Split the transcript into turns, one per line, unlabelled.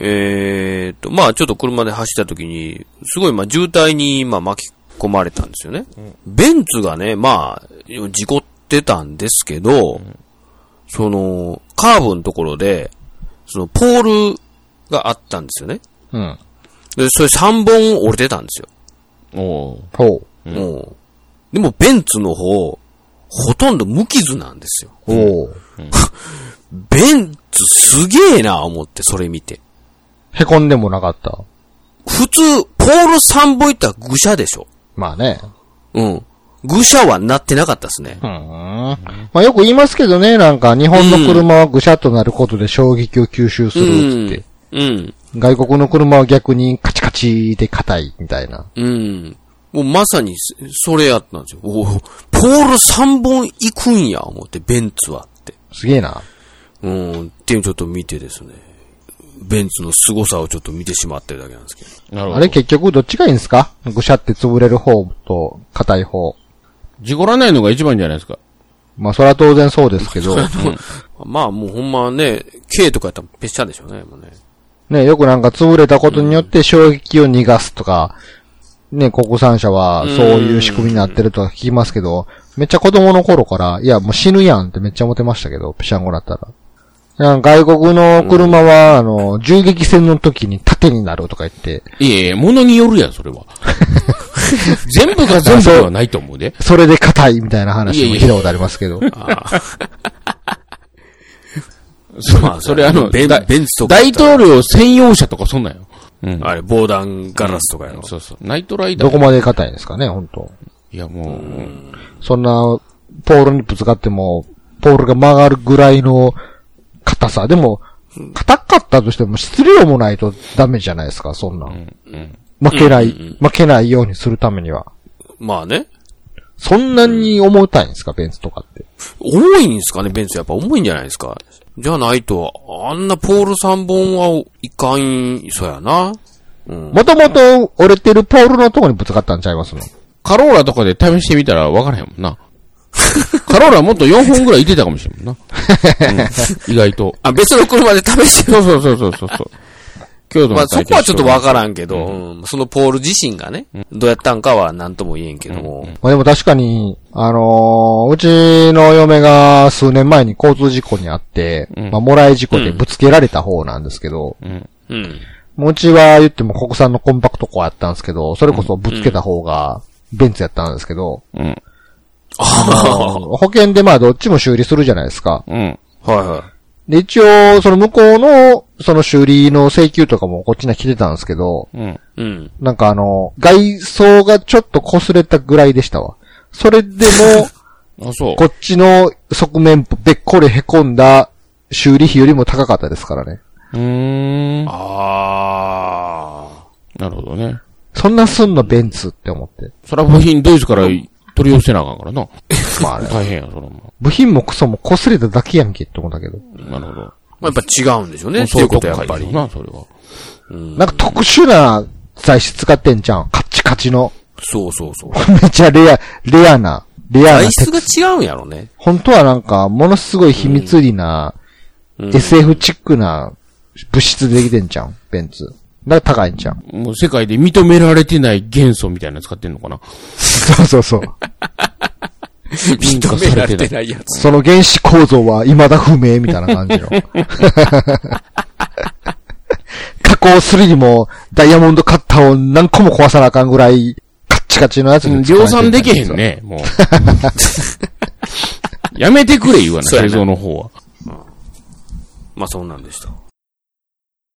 えーっと、まあちょっと車で走った時に、すごいまあ渋滞にまあ巻き込まれたんですよね。ベンツがね、まあ事故ってたんですけど、その、カーブのところで、そのポールがあったんですよね。
うん。
で、それ3本折れてたんですよ。
おう
ほう。
もうでもベンツの方、ほとんど無傷なんですよ。
おう。
ベンツすげえな、思って、それ見て。
へこんでもなかった。
普通、ポール3本いったら愚者でしょ。
まあね。
うん。愚者はなってなかったですね。
うん。まあよく言いますけどね、なんか日本の車はぐしゃっとなることで衝撃を吸収するっつって。
うん。
外国の車は逆にカチカチで硬いみたいな。
うん。もうまさに、それやったんですよ。おおポール3本行くんや、思って、ベンツはって。
すげえな。
うん。っていうのをちょっと見てですね。ベンツの凄さをちょっと見てしまってるだけなんですけど。
なるほど。
あれ結局どっちがいいんですかぐしゃって潰れる方と硬い方。
事故らないのが一番じゃないですか。
まあそれは当然そうですけど。
まあもうほんまね、K とかやったらペシャでしょうね、 もうね。
ね、よくなんか潰れたことによって衝撃を逃がすとか、ね、国産車はそういう仕組みになってるとか聞きますけど、めっちゃ子供の頃から、いや、もう死ぬやんってめっちゃ思ってましたけど、ピシャンゴだったら。なんか外国の車は、あの、銃撃戦の時に盾になるとか言って、
いえいえ、ものによるやん、それ は。全部が全部ではないと思うで。
それで硬いみたいな話も聞いたことありますけど。
そ
まあ
それあの、
ベン
だ
ベンツとか
大統領専用車とかそんなんよ。うん。
あれ、防弾ガラスとかやろ。
そうそう。ナイトライダ
ど
ー。
こまで硬いんですかね、本当
いや、もう、
そんな、ポールにぶつかっても、ポールが曲がるぐらいの硬さ。でも、硬かったとしても質量もないとダメじゃないですか、そんな。負けない、負けないようにするためには。
まあね。
そんなに重たいんですか、ベンツとかって。
重いんですかね、ベンツ。やっぱ重いんじゃないですか。じゃないと、あんなポール3本はいかん、そうやな。うん。
もともと折れてるポールのとこにぶつかったんちゃいますの
カローラとかで試してみたら分からへんも んな。カローラもっと4本ぐらいいてたかもしれんも んな。うん意外と。
あ、別の車で試して
そうそうそうそうそうそう。京都の
まあそこはちょっとわ
ん
からんけど、うんそのポール自身がね、どうやったんかは何とも言えんけども。
まあでも確かに、あのーうちの嫁が数年前に交通事故にあって、まあもらい事故でぶつけられた方なんですけど、
うん。
もううちは言っても国産のコンパクトコアやったんですけど、それこそぶつけた方がベンツやったんですけど、
うん。
保険でまあどっちも修理するじゃないですか。
うん。
はいはい。
で、一応、その向こうの、その修理の請求とかもこっちには来てたんですけど、
うん。
うん。
なんかあの、外装がちょっと擦れたぐらいでしたわ。それでも、
あ、そう
こ。っちの側面べっこり凹んだ修理費よりも高かったですからね。
うーん。な
あ
るほどね。
そんなすんのベンツって思って。
そら部品ドイツから取り寄せなあかんか らな。
まあね、
大変や、そらも
部品もクソも擦れただけやんけって思ったけど。
う。なるほど。
ー。まあ、やっぱ違うんでしょうね。
も
っていうことはやっぱ
そう
り
いう。とこかいよな、そ
なんか特殊な材質使ってんじゃん。カッチカチの。
そうそう そう。
めっちゃレア、レアな、レアな
材
鉄
質。が違うんやろね。
本当はなんか、ものすごい秘密裏な、SF チックな物質でできてんじゃん。ベンツ。だから高いんじゃん。
れは。もう世界で認められてない元素みたいなの使ってんのかな。
そうそう そう。
認められてないやつ。
その原子構造は未だ不明みたいな感じの。加工するにも、ダイヤモンドカッターを何個も壊さなあかんぐらい、カッチカチのやつ
うん
使わ
量
れてる
産
んだ
できへん。ね、 もう。やめてくれ、言わない、
そうや
製
な
造の方は。
まあ、そんなんでした。